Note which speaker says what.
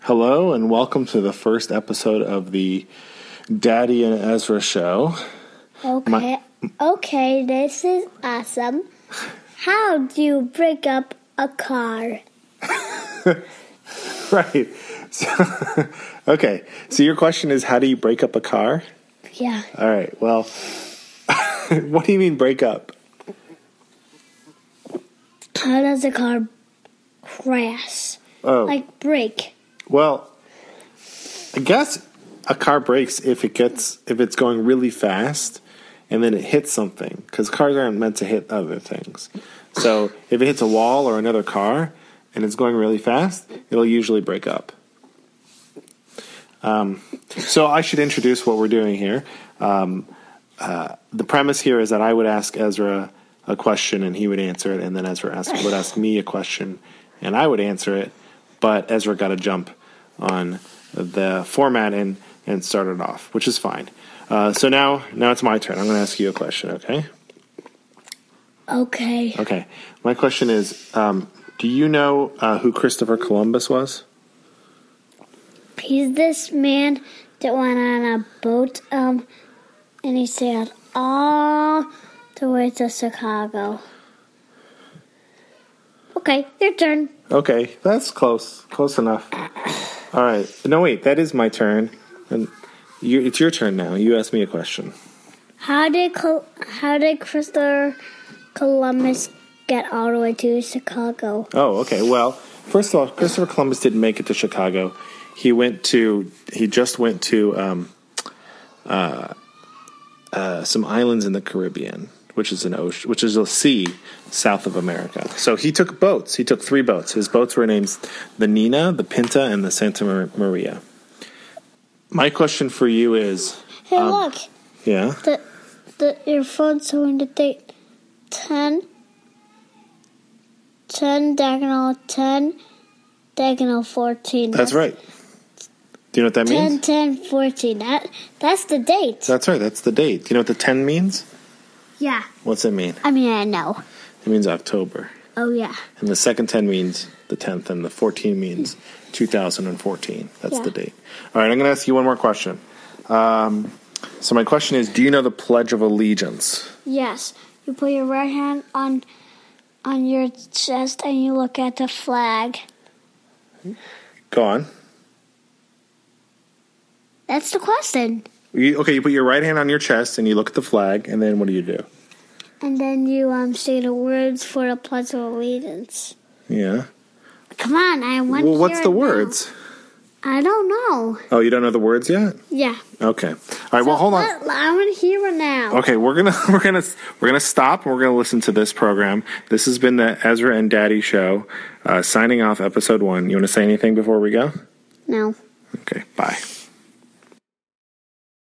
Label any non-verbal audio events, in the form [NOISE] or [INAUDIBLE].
Speaker 1: Hello, and welcome to the first episode of the Daddy and Ezra show.
Speaker 2: Okay. okay, this is awesome. How do you break up a car?
Speaker 1: Right. So, [LAUGHS] okay. So, your question is how do you break up a car?
Speaker 2: Yeah.
Speaker 1: All right. Well, [LAUGHS] what do you mean break up?
Speaker 2: How does a car crash?
Speaker 1: Oh,
Speaker 2: Like break.
Speaker 1: well, I guess a car breaks if it gets, if it's going really fast and then it hits something because cars aren't meant to hit other things. So, if it hits a wall or another car and it's going really fast, it'll usually break up. Um, So I should introduce what we're doing here. Um, uh, the premise here is that I would ask Ezra a question and he would answer it, and then Ezra ask, would ask me a question and I would answer it. But Ezra got a jump on the format and and started off, which is fine. Uh, so now now it's my turn. I'm going to ask you a question. Okay.
Speaker 2: Okay.
Speaker 1: Okay. My question is, um, do you know uh, who Christopher Columbus was?
Speaker 2: He's this man that went on a boat, um, and he sailed all the way to Chicago. Okay, your turn.
Speaker 1: Okay, that's close. Close enough. All right. No, wait. That is my turn. And you, it's your turn now. You ask me a question.
Speaker 2: How did Col- how did Christopher Columbus get all the way to Chicago?
Speaker 1: Oh, okay. Well, first of all, Christopher Columbus didn't make it to Chicago. He went to. He just went to um, uh, uh, some islands in the Caribbean, which is an ocean, which is a sea south of America. So he took boats. He took three boats. His boats were named the Nina, the Pinta, and the Santa Mar- Maria. My question for you is.
Speaker 2: Hey, look.
Speaker 1: Yeah.
Speaker 2: the the your phone's showing the date 10 10 diagonal 10 diagonal 14
Speaker 1: That's right. Do you know what that
Speaker 2: 10
Speaker 1: means?
Speaker 2: 10 14 that that's the date
Speaker 1: That's right. That's the date. Do you know what the 10 means?
Speaker 2: yeah
Speaker 1: What's it mean?
Speaker 2: i mean i know
Speaker 1: It means October.
Speaker 2: oh yeah
Speaker 1: And the second 10 means the 10th, and the 14 means 2014. That's
Speaker 2: Yeah.
Speaker 1: the date. All right, I'm going to ask you one more question. Um, so, my question is Do you know the Pledge of Allegiance?
Speaker 2: yes you put your right hand on on your chest and you look at the flag
Speaker 1: Go on.
Speaker 2: that's the question
Speaker 1: You, okay, you put your right hand on your chest and you look at the flag, and then what do you do?
Speaker 2: and then you um say the words for the pledge of allegiance
Speaker 1: Yeah.
Speaker 2: come on i want
Speaker 1: Well,
Speaker 2: to
Speaker 1: what's
Speaker 2: hear
Speaker 1: the
Speaker 2: it now.
Speaker 1: words?
Speaker 2: i don't know
Speaker 1: Oh, you don't know the words yet?
Speaker 2: yeah
Speaker 1: Okay. All right, well, hold on.
Speaker 2: Let- I want to hear it now.
Speaker 1: Okay, we're gonna [LAUGHS] we're gonna we're gonna stop and we're gonna listen to this program. This has been the Ezra and Daddy show. Uh, signing off, episode one. You want to say anything before we go?
Speaker 2: No.
Speaker 1: Okay, bye.